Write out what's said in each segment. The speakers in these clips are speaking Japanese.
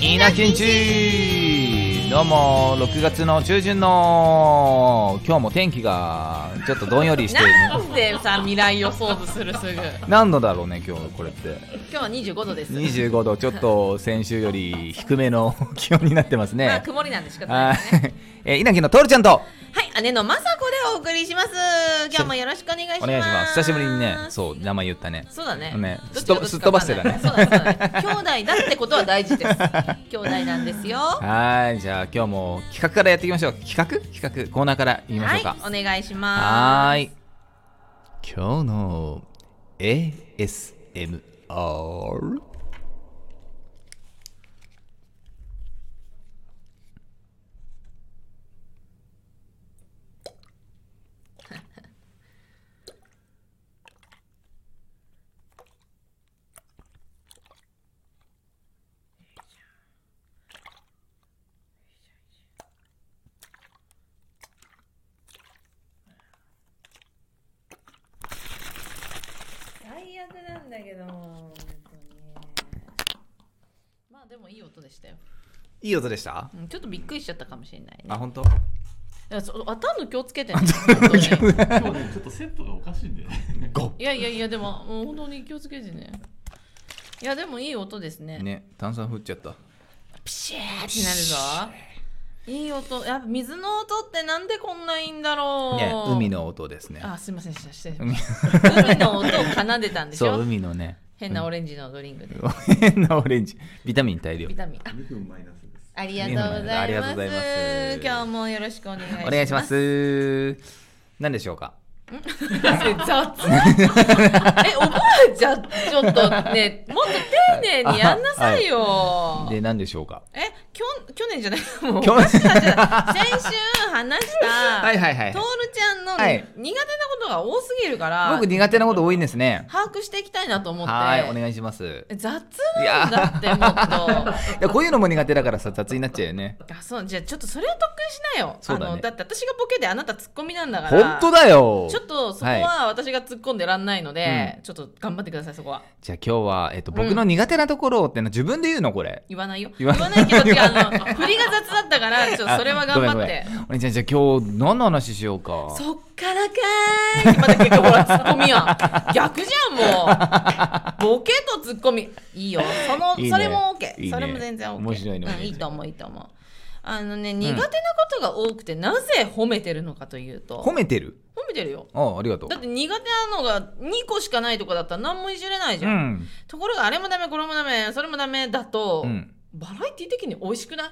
稲ナきんちどうも6月の中旬の今日も天気がちょっとどんより しているなんでさ未来予想図するすぐ何度だろうね今日これって今日は25度です、 25度ちょっと先週より低め の気温になってますまあね曇りなんで仕方ないはですねいえ稲城のトールちゃんとはい姉のまさこでお送りします今日もよろしくお願いしますお願いします久しぶりにねそう名前言ったねそうだねねどっちがどっちか分かんないすっそうだねそうだね兄弟だってことは大事です 兄弟なんですよははいじゃあ今日も企画からやっていきましょう企画企画コーナーからいきましょういか、お願いしまはーい。今日の ASMR。す最悪なんだけどまあでもいい音でしたよ、いい音でした。うん、ちょっとびっくりしちゃったかもしれないねあ、本当。いやそう頭の気をつけてね本当に今日ねちょっとセットがおかしいんだよね。いやいやいやでももう本当に気をつけてねいやでもいい音ですねね、炭酸降っちゃった。ピシャーってなるぞいい音やっぱ水の音ってなんでこんないいんだろうね、海の音ですね。あすいませんでした失礼しま海した海の音を奏でたんでしそう、ょ海のね。 変なオレンジのドリンクでうん。変なオレンジ。ビタミン大量ビ。タミン2分マイナスです。ありがとうございますありがとうございます今日もよろしくお願いしますお願いします。何でしょうか。 雑えおばあちゃんちょっとねもっと丁寧にやんなさいよ、で、何でしょうか。えきょ去年じゃないもう去年私たちが先週話したはいはいはいトールちゃんの、はい苦手なことが多すぎるから僕苦手なこと多いんですね。把握していきたいなと思ってはーい、お願いします。雑なんだってもっいや、こういうのも苦手だからさ、雑になっちゃうよね。 とあそうじゃあちょっとそれは得意しなよそうだねあのだって私がボケであなたツッコミなんだから本当だよ。ちょっとそこは私が突っ込んでらんないので、はちょっと頑張ってくださいそこはじゃあ今日は、えっと、僕の苦手なところってのは自分で言うのこれ。言わないよ言言わわないけど言違うわあないの振りが雑だっ たからちょっとそれは頑張ってあ。ごめんごめんお兄ちゃん、じゃあ今日何の話しようか。そっからかーいってまた結構ほらツッコミやん逆じゃんもうボケとツッコミいいよそのいいねそれも OK いいねそれも全然 OK 面白いねうんいいと思ういいと思うあのね苦手なことが多くて、なぜ褒めてるのかというと褒めてる褒めてるよああ、ありがとうだっ。て苦手なのが2個しかないとかだったら何もいじれないじうゃん、ん。ところがあれもダメこれもダメそれもダメだと、うんバラエティ的に美味しくない、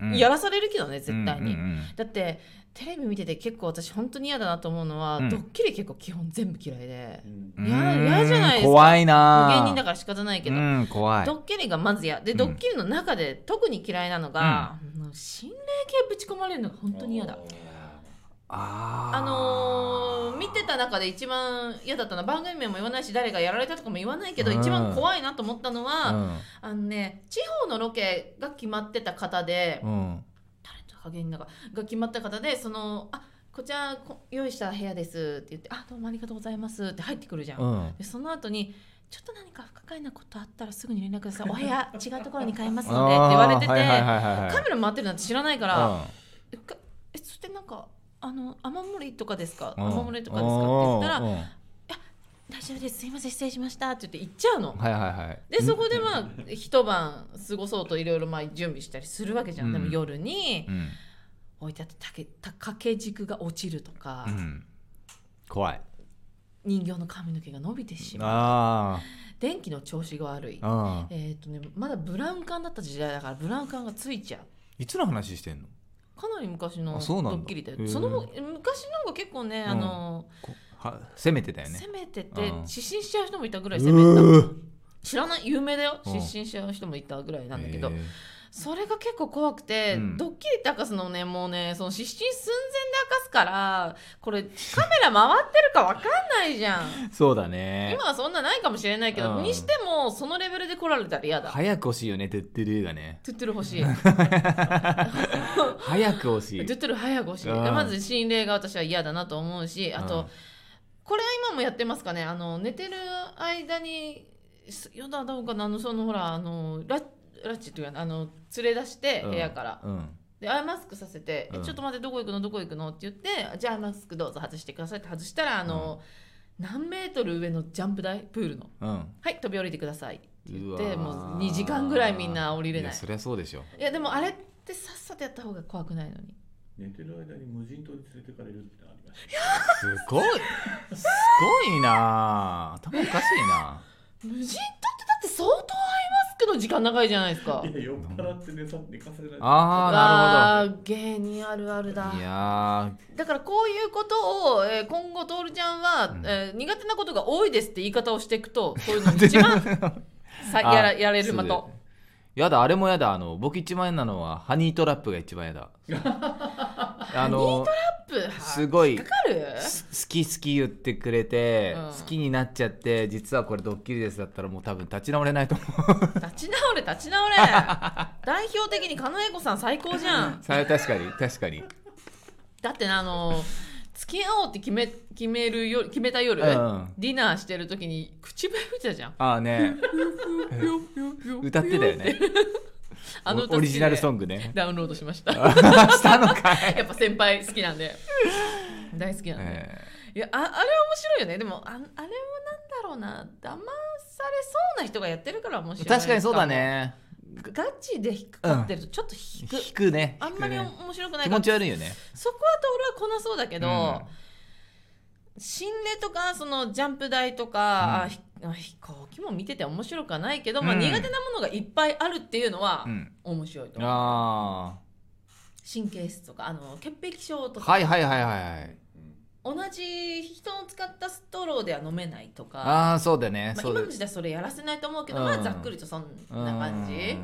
うんやらされるけどね絶対に、うんうんうんだってテレビ見てて結構私本当に嫌だなと思うのは、うんドッキリ結構基本全部嫌いでうんうーんいや嫌じゃないですか怖いもうな芸人だから仕方ないけど、うん、怖いド。ッキリがまず嫌で、うんドッキリの中で特に嫌いなのが、あの心霊系ぶち込まれるのが本当に嫌だ。あーあのー見てた中で一番嫌だったのは番組名も言わないし誰がやられたとかも言わないけど、うん一番怖いなと思ったのは、うんあのね地方のロケが決まってた方で、うん。タレント加減だがが決まった方でその「あこちらこ用意した部屋です」って言って「あどうもありがとうございます」って入ってくるじゃん。うん。でその後にちょっと何か不可解なことあったらすぐに連絡ください。お部屋違うところに変えますのでって言われてて、あーはいはいはいはいはいカメラ回ってるなんて知らないから、うんえかえそしてなんかあの雨漏りとかですかうん雨漏りとかですかって言ったうんらうん大丈夫ですすいません失礼しましたって言って行っちゃうの。はいはいはい。でそこで。でまあ一晩過ごそうといろいろまあ準備したりするわけじゃん。でもうん夜にうん。置いてあった竹た掛け軸が落ちるとか、うん怖い。人形の髪の毛が伸びてしまうあ電気の調子が悪いあ。うん。えーっ、とねまだブラウン管だった時代だからブラウン管がついちゃういつの話してんのかなり昔のあドそうなんだッキリだよへーその昔の方が結構ね、あのこは攻めてたよね。攻めててうん失神しちゃう人もいたぐらいう攻めたー知らない有名だよう失ん神しちゃう人もいたぐらいなんだけど、へーそれが結構怖くて、うんドッキリって明かすのねもうねその失神寸前で明かすからこれカメラ回ってるかわかんないじゃんそうだね今はそんなないかもしれないけど、うんにしてもそのレベルで来られたら嫌だ。早く欲しいよねトゥットゥルーがねトゥットゥル欲しい。ト早く欲しゥいットゥル早く欲しい。うんまず心霊が私は嫌だなと思うし、あうんと、ここれは今もやってますかねあの寝てる間にすよだどうかなあのそのほらあのララッチというかあの連れ出してうん部屋から、うんでアイマスクさせて、えうんちょっと待ってどこ行くのどこ行くのって言ってじゃあアイマスクどうぞ外してくださいって外したらあの、何メートル上のジャンプ台プールのうんはい飛び降りてくださいって言ってうわーもう2時間ぐらいみんな降りれいなやいそりゃそうでし ょいやでもあれってさっさとやった方が怖くないのに寝てる間に無人島に連れてかれるってのありましたすごいすごいなあ頭おかしいな無人島ってだって相当アイマスクの時間長いじゃないですかいや酔っ払って寝さ寝かせられてあああー芸人あるあるだなるほどいやだからこういうことを、えー今後徹ちゃんは、うんえー苦手なことが多いですって言い方をしてい くとそういうのに一番さやらあやれるす的ぐーやだあれもやだあの僕一番嫌なのはハニートラップが一番や だあのプはすごい引っかかるす好き好き言ってくれて、うん好きになっちゃって実はこれドッキリですだったらもう多分立ち直れないと思う 立ち直れ立ち直れ代表的に狩野英孝さん最高じゃんさあ確かに確かにだってなあの付き合おうって決め決めるよ決めた夜、うんディナーしてる時に口笛吹いてたじゃんああね歌ってたよねあの歌好きでオリジナルソングねダウンロードしましたや したのかい、っぱ先輩好きなんで大好きなんで、えいやああれ面白いよねでもああれはなんだろうな騙されそうな人がやってるから面白ーい確かにそうだねガチで引っかかってるとちょっと引く、引くねあんまり引くね面白くない気から持ち悪いよねそこはと俺はこなそうだけど、うん心霊とかそのジャンプ台とか、あひあ飛行機も見てて面白くはないけど、まあ、うん苦手なものがいっぱいあるっていうのはうん面白いと思う、あ神経質とかあの潔癖症とあか、はいはいはいはいはい同じ人の使ったストローでは飲めないとかああーそうだね、まあ、そうだ今の時代それやらせないと思うけど、うんまあざっくりとそんな感じ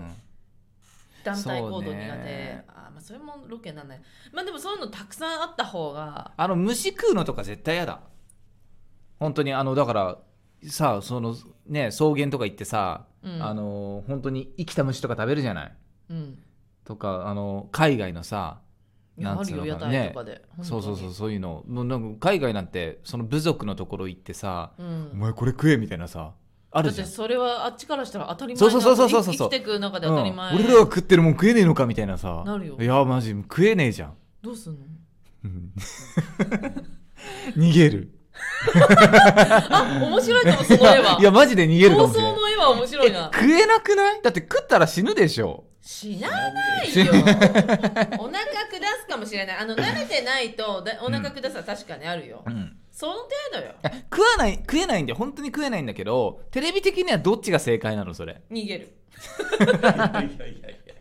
団体行動苦そ手、うねあーまあそれもロケなんないまあでもそういうのたくさんあった方があの虫食うのとか絶対嫌だ本当にあのだからさあそのね草原とか行ってさ、うんあの本当に生きた虫とか食べるじゃないうんとかあの海外のさいやなあんつるうのよかな屋台とかで、本当にそうそうそうそういうのもうなんか海外なんてその部族のところ行ってさ、うんお前これ食えみたいなさあだるっじてゃんそれはあっちからしたら当たり前そうそうそうそうそうそう生きてく中で当たり前、うん俺らは食ってるもん食えねえのかみたいなさなるよいやマジ食えねえじゃんどうすんの うん 逃げるあ面白いかもその絵はいやマジで逃げるか妄もしれな想いの絵は面白いなえ食えなくないだって食ったら死ぬでしょしない よお腹下すかもしれないあの慣れてないとだお腹下すは確かにあるよ、んその程度いよや食わない食えないんで本当に食えないんだけどテレビ的にはどっちが正解なのそれ逃げるいやいやいやいや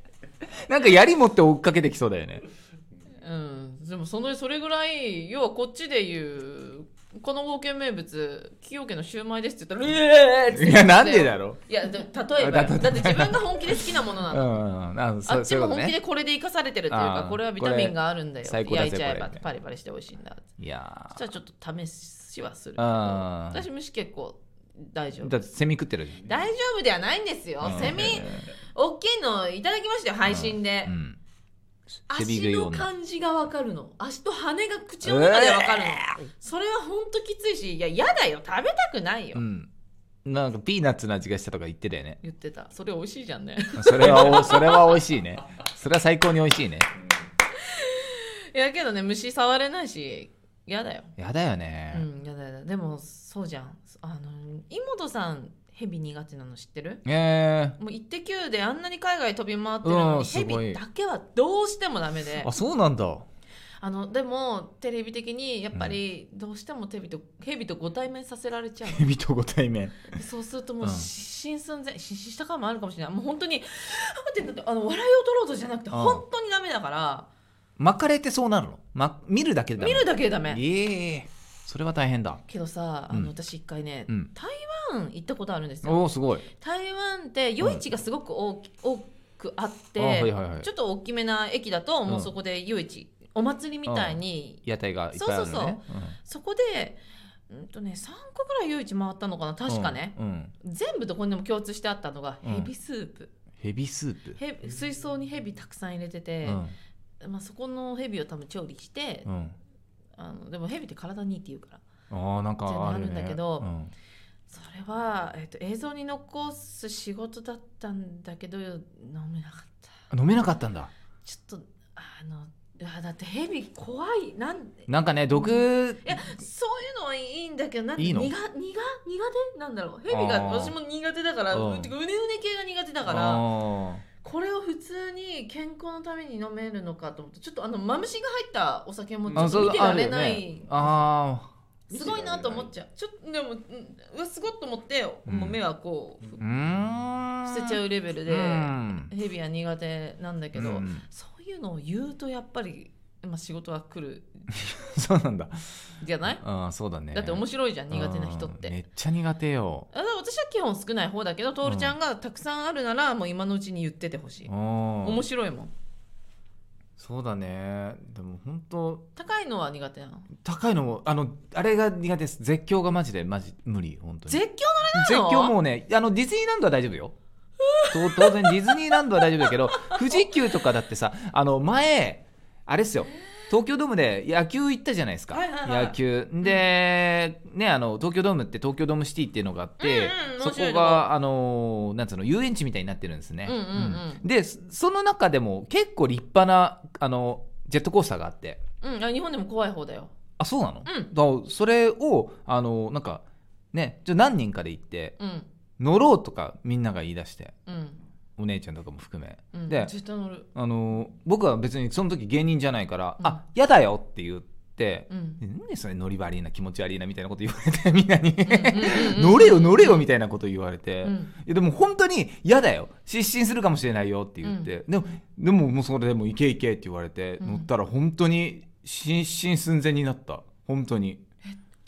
なんか槍持って追っかけてきそうだ よねうん、でもそのそれぐらい要はこっちで言うこの冒険名物崎陽家のシューマイですって言ったら「うえー!」って言っていやなんでだろいやでも例えばあだとだって自分が本気で好きなものうなうの、んうんうんああそっちそういうもこと本気ねでこれで生かされてるっていうかあーこれはビタミンがあるんだよこれ最高だ焼ぜいちゃえばこれパリパリして美味しいんだいやそーしたらちょっと試しはするけどあー私虫結構大丈だ夫ってセミ食ってるじゃん大丈夫ではないんですよ、うんセミ大きいのいただきましたよ配信で、うんセミ食足いの女感じがわかるの足と羽が口の中でわかるの、それはほんときついしいや嫌だよ食べたくないよ、うんなんかピーナッツの味がしたとか言ってたよね言ってたそれ美味しいじゃんね それはおそれは美味しいねそれは最高に美味しいねいやけどね虫触れないし嫌だよやだようね、ん嫌だ嫌だでもそうじゃんあの妹さんヘビ苦手なの知ってるえもう「イッテ Q!」であんなに海外飛び回ってるのうんにすヘごいビだけはどうしてもダメでー、あそうなんだあのでもテレビ的にやっぱりどうしてもヘビとヘビとご対面させられ ちゃうの蛇とご対面そうするともううん失神寸前失神した感もあるかもしれないもう本当に待ってだってあの笑いを取ろうとじゃなくてうん本当にダメだから巻かれてそうなるの、ま、見るだけだ見るだけでダメええそれは大変だけどさあうんの私一回ね、うん台湾行ったことあるんですよおおすごい台湾って夜市がすごく大き、多くあってあはいはいはいちょっと大きめな駅だともううんそこで夜市、お祭りみたいに、屋台がいっぱいあるのねそこでうんとね3個ぐらい夜市回ったのかな確かね、、うんうん、全部どこにでも共通してあったのがうんヘビスープ、ヘビスープ、へ水槽にヘビたくさん入れてて、まあ、そこのヘビを多分調理して、うんうん、あのでもヘビって体にいいって言うからああなんかある,、ね、全部あるんだけどうんそれは、えっと映像に残す仕事だったんだけど飲めなかったあ飲めなかったんだちょっとあのあだってヘビ怖いなんなんかね毒いやそういうのはいいんだけどなんかいいの苦苦苦手なんだろうヘビがあー私も苦手だからうんうてかうねうね系が苦手だだからこれを普通に健康のために飲めるのかと思ってちょっとあのマムシが入ったお酒もちょっと見てられないあすごいなと思っちゃうちょっとでもうんうわすごいと思ってうんもう目はこうるよねあーうーん伏せちゃうレベルでうんヘビは苦手なんだけど、うんそういうのを言うとやっぱり、まあ、仕事は来るそうなんだじゃないあーそうだねだって面白いじゃん苦手な人っうて、んめっちゃ苦手よあ私は基本少ない方だけど徹ちゃんがたくさんあるならもう今のうちに言っててほしい、面面白いもんそうだねでも本当高いのは苦手なの高いのもあのあれが苦手です絶叫がマジでマジ無理本当に絶叫絶なの叫もうねあのディズニーランドは大丈夫よと当然ディズニーランドは大丈夫だ けど富士急とかだってさあの前あれっすよ東京ドームで野球行ったじゃないですか、はいはいはい野球で、ねあの東京ドームって東京ドームシティっていうのがあって、うんうんそ面白いことこがあのなんつうの遊園地みたいになってるんですね、うんうんうんでそその中でも結構立派なあのジェットコースターがあってうんあ日本でも怖い方だよあそうなの、うんだからそれをあのなんかねちょ何人かで行って、うん乗ろうとかみんなが言い出してうんお姉ちゃんとかも含め、うんで、絶対乗るあのー僕は別にその時芸人じゃないから「うんあやだよ」って言って「うん何でそれ乗り場悪いな気持ち悪いな」みたいなこと言われてみんなに 「うん乗れよ乗れよ」みたいなこと言われて、うんいやでも本当に「嫌だよ失神するかもしれないよ」って言って、でもでももうそれでも「行け行け」って言われて、うん乗ったら本当に失神寸前になった本当に。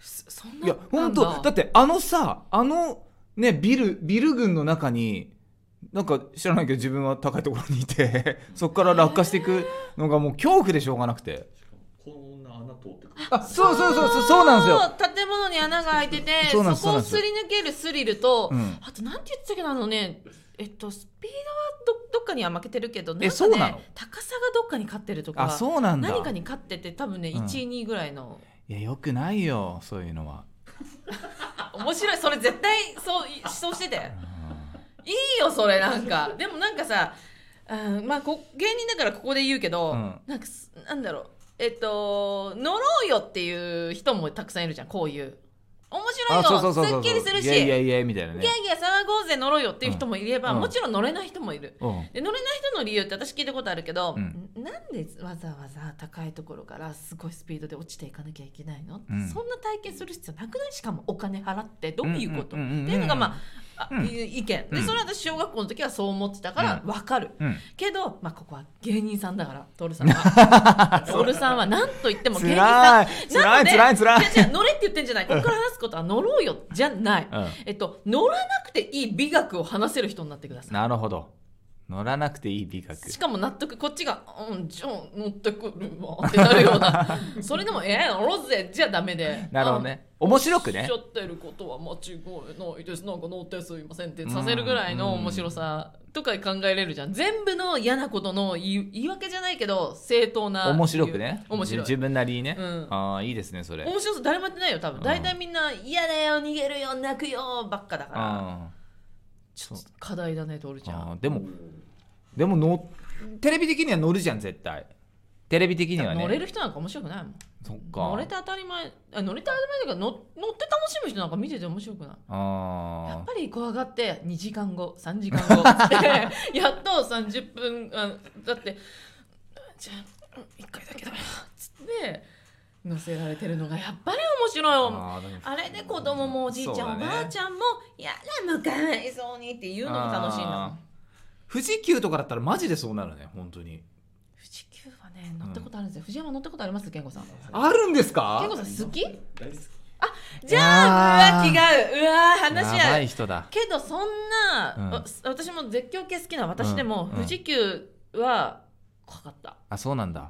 そそんいなや本当だなんだってあのさあのねビルビル群の中になんか知らないけど自分は高いところにいて そこから落下していくのがもう恐怖でしょうがなくてしかもこんな穴通ってくるあそうそうそうそうそうなんですよそう建物に穴が開いててそうそなんですこそうなをんですすり抜けるスリルと、うんあとなんて言ってたっけどあのねえっとスピードはどどっかには負けてるけどなんか、ね、えそうなの高さがどっかに勝ってるとかあそうなんだ何かに勝ってて多分ねうん1位、2位ぐらいのいやよくないよそういうのはあ面白いそれ絶対そういそうしてていいよそれなんかでもなんかさあーまあこ芸人だからここで言うけど、うんなんかすなんだろうえっと乗ろうよっていう人もたくさんいるじゃんこういう面白いあよそうそうそうそうすっきりするしいやいやいやみたいなギねャーギャー騒ごうぜ乗ろうよっていう人もいれば、うんもちろん乗れない人もいるうんで乗れない人の理由って私聞いたことあるけど、うんなんでわざわざ高いところからすごいスピードで落ちていかなきゃいけないの、うんそんな体験する必要なくないしかもお金払ってどういうこと、うんうんうんうんっていうのがまああうんい意見でうんそれは私小学校の時はそう思ってたからわかる、うんけど、まあ、ここは芸人さんだから徹さ んは徹さんは何と言ってもつ芸人さらんいつらいつらいつらいじゃ乗れって言ってんじゃないここから話すことは乗ろうよじゃない、うんえっと乗らなくていい美学を話せる人になってくださいなるほど乗らなくていい美学しかも納得こっちが「うんじゃあ乗ってくるわ」ってなるよう なそれでも「えー、乗ろうぜ」じゃダメでなるほどね面白くねしゃってることは間違いないですなんか乗ってすいませんってさせるぐらいの面白さとか考えれるじゃん全部の嫌なことの言い言い訳じゃないけど正当な面白くね面白い自分なりにね、うんああいいですねそれ面白さ誰もやってないよ多分大体みんな「嫌だよ逃げるよ泣くよ」ばっかだからあちょっと課題だね徹ちゃんあーでもうんでものテレビ的には乗るじゃん絶対テレビ的にはね乗れる人なんか面白くないもんそっか乗れて当たり前あ乗れて当たり前だけど乗乗って楽しむ人なんか見てて面白くないやっあぱり怖がって2時間後3時間後 ってやっと30分あだってじゃあ1回だけだなつって乗せられてるのがやっぱり面白いもんあーでもあれで子供もおじいちゃん、そうだねおばあちゃんも「やら向かないそうに」って言うのが楽しいんだもあん富士急とかだったらマジでそうなるね本当に富士急はね乗ったことあるんですよ、藤山乗ったことあります健吾さんあるんです健か吾さん好き大好き じゃああーうわ違ううわ話しや合ばうい人だけどそんうんな、わ私も絶叫系好きな私でも、うん富士急は怖かったあそうなんだ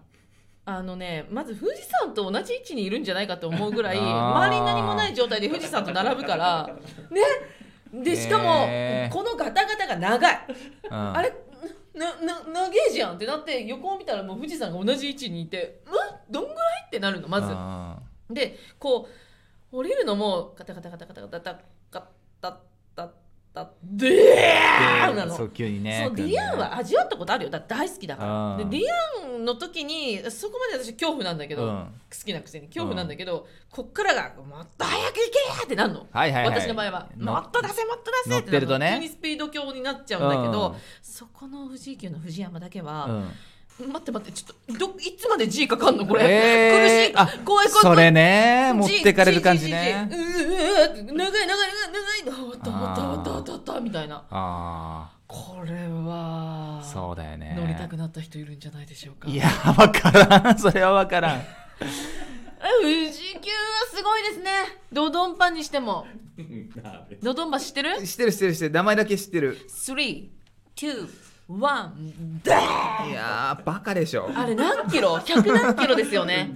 あのねまず富士山と同じ位置にいるんじゃないかと思うぐらいあー周りに何もない状態で富士山と並ぶからねでしかも、へーこのガタガタが長い、うんあれなな長えじゃんってなって横を見たらもう富士山が同じ位置にいてんどんぐらいってなるのまずあでこう降りるのもカタカタカタカタカタカタカタタでーなのそう急にねそうデ来るんィだよアンは味わったことあるよだって大好きだからうんでディアンの時にそこまで私恐怖なんだけど、うん好きなくせに恐怖なんだけど、こっからが「もっと早く行け!」ってなるの、はいはいはい私の場合は「のもっと出せもっと出乗せ!」ってってるとね急にスピード強になっちゃうんだけど、うんそこの富士急の藤山だけうは、ん待って待ってちょっとどいつまで G かかんのこれ、えー苦しい怖い怖い怖そいれね持っ G てかれる感じね G G G うううう長い長い長い長いあ終わった終わった終わった終わった終わったみたいなあこれはあそうだよね乗りたくなった人いるんじゃないでしょうかいやわからんそ れはわからんあ富士急はすごいですねドドンパにしてもダメドドンパ知ってる知ってる知ってる知ってる名前だけ知ってる321ダーンいやーバカでしょあれ何キロ100何キロですよね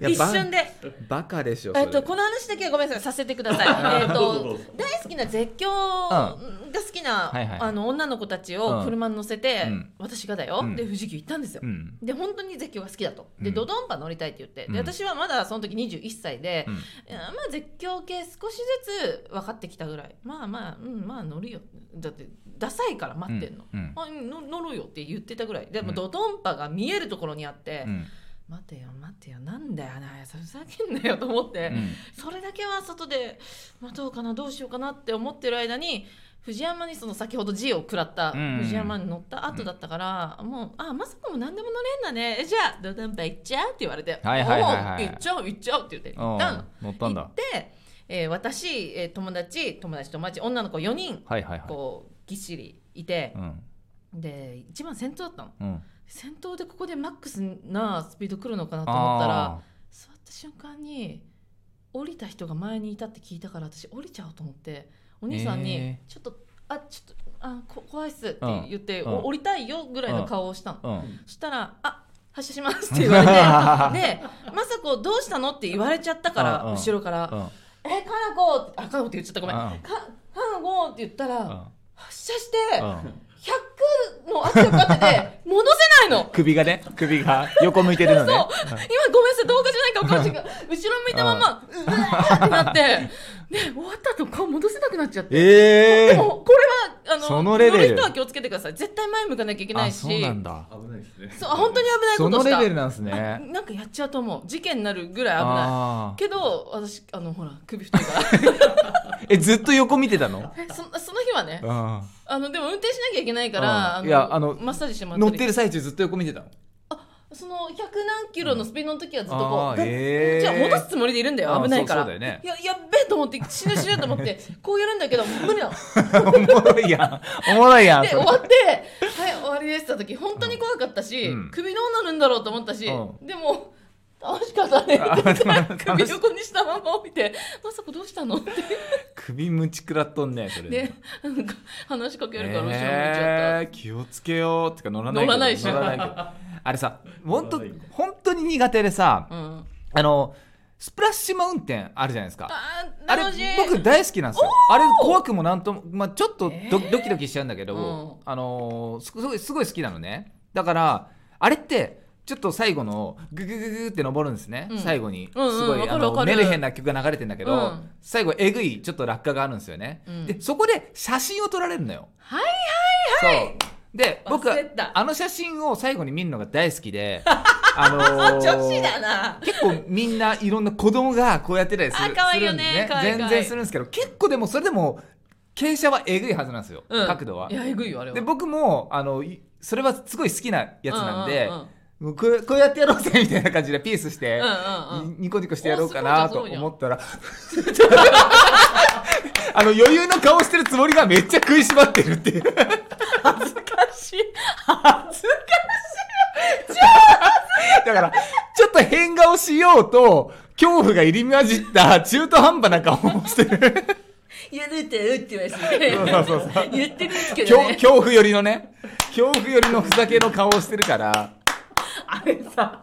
いや一瞬でバカでしょそれえっと、この話だけはごめんなさいさせてくださいえっどうぞどとうぞ大好きな絶叫が好きな、はいはいあの女の子たちを車に乗せて、うん私がだよ、うんで富士急行ったんですよ、うんで本当に絶叫が好きだとで、うんドドンパ乗りたいって言ってうんで私はまだその時21歳で、うんえーまあ絶叫系少しずつ分かってきたぐらいまあまあ、うん、まあ乗るよだってダサいから待ってんの、うんうんあうんの乗るよって言ってたぐらいでも、うんドドンパが見えるところにあって、うん待てよ待てよなんだよなふざけんなよと思って、うんそれだけは外で、まあ、どうかなどうしようかなって思ってる間に藤山にその先ほど G を食らったうん藤山に乗った後だったから、もう「あまさこも何でも乗れんだねえじゃあドドンパ行っちゃう」って言われて「はいはいはいはいおう行っちゃう行っちゃう」って言って行おっうたの。乗ったん行だって、えー私、えー友達友達友達女の子4人はいはいはいこうぎっしりいてう、んで一番先頭だったの。うん先頭でここでマックスなスピード来るのかなと思ったら。あー座った瞬間に降りた人が前にいたって聞いたから私降りちゃおうと思ってお兄さんに、えちょっとあちょっとあこ怖いっすってうん言って、うんお降りたいよぐらいの顔をしたの、うんそしたら「あ発車します」って言わ れてで「まさこどうしたの?」って言われちゃったから、うんうん後ろからうん「えかなこ」ってあかなこって言っちゃったごめん「うんかかなこ」って言ったら、う発車して、んうん100の圧力当 てて戻せないの首がね首が横向いてるのねそう 今ごめんなさい動画じゃないか分かんないけど後ろ向いたままうわーってなって ね終わった後顔戻せなくなっちゃって、えでえもこれはあのそのレベル乗る人は気をつけてください絶対前向かなきゃいけなあいしそうなんだ危ないですねそう本当に危ないそことのしたレベルなんですあねなんかやっちゃうと思う事件になるぐらい危ないあけど私あのほら首太いから ーえずっと横見てたのえそその日はねうんあのでも運転しなきゃいけないからあいやあのマッサージしてもら乗っったりてる最中ずっと横見てたのその100何キロのスピードの時はずっとこあーう、ぐっへーじゃあ戻すつもりでいるんだあよー危ないからそうそうだよねいややっべえと思って死ぬ死ぬと思って こうやるんだけど無理なのおもろいやん。おもろいやん。でそ終れわって「はい終わりです」って言った時本当に怖かったし、うん首どうなるんだろうと思ったうし、でも楽しかったねって言ってあ首横にしたまま見て「まさこどうし たの?」って首むちくらっとんね、それ。ねなんか話しかけるから後ろ向いちゃった、えー、気をつけようってか乗らないけど乗らないし乗らないけどあれ さ本当乗らない本当に苦手でさうん、あのスプラッシュマウンテンあるじゃないですかあーあれ楽しい僕大好きなんですよあれ怖くもなんとも、まあ、ちょっとド,、えードキドキしちゃうんだけど、あのーすごいすごい好きなのねだからあれってちょっと最後のグググググって登るんですね、うん最後にすうんうんごい、わかあるわのかるメルヘンな曲が流れてんだけど、うん最後えぐいちょっと落下があるんですよね、うんでそこで写真を撮られるのよはいそうで僕は忘れてたあの写真を最後に見るのが大好き であのー女子だな結構みんないろんな子供がこうやってたりするあ可愛いよねするんで可愛い可愛い全然するんですけど結構でもそれでも傾斜はえぐいはずなんですよ、うん。角度はいやえぐいよあれはで僕もあのいそれはすごい好きなやつなんで、うんうんうんもうこうこうやってやろうぜみたいな感じでピースして、うんうんうんにニコニコしてやろうかなおすとごいじゃん思ったら あの余裕の顔してるつもりがめっちゃ食いしばってるって いう。恥ずかしい恥ずかだから、ちょっと変顔しようと、恐怖が入り混じった中途半端な顔をしてる。しいやるってるって言われてそうそうそう言ってるんですけど恐ね恐怖寄りのね、恐怖寄りのふざけの顔をしてるから、あれさ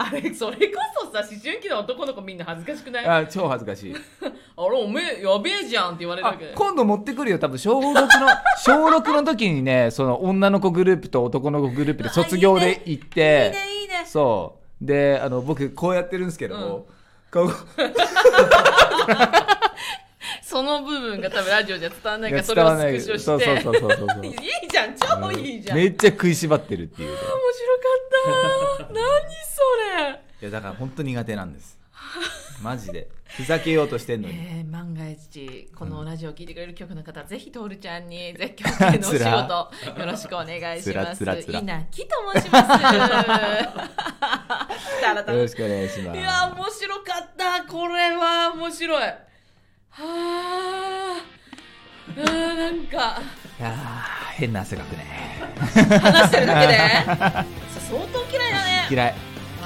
あれそれこそさ思春期の男の子みんな恥ずかしくないああ超恥ずかしい。れおめえやべえじゃんって言われるわあけ、今度持ってくるよ、多分小6の、 小6の時にね、その女の子グループと男の子グループで卒業で行っいいて、ねいいねそう。で、あの、僕こうやってるんですけども、顔その部分が多分ラジオじゃ伝わらないからそれ伝わらをスないクショしてそうそうそうそうそういいじゃん超いいじゃん、めっちゃ食いしばってるっていうね面白かった何そいやだから本当苦手なんですマジでふざけようとしてんのれにえー、万が一このラジオを聞いてくれる局の方、ぜひトールちゃんに絶叫系のお仕つら事よろしくお願いしつらますつらつら稲木と申しますたらたよらろしくお願いしまいすや面白かったこれは面白いはあうーなんかいやー変な汗かくね話してるだけで相当嫌いだね嫌い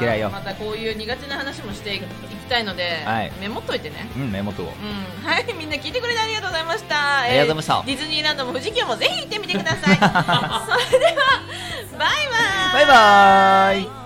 嫌いよまあまたこういう苦手な話もしていきたいので、はいメモっといてねうん目元をうん、はい、みんな聞いてくれてありがとうございました。ありがとうございましたディズニーランドも富 士急もぜひ行ってみてください。それでは、バイバイ。バイバーイ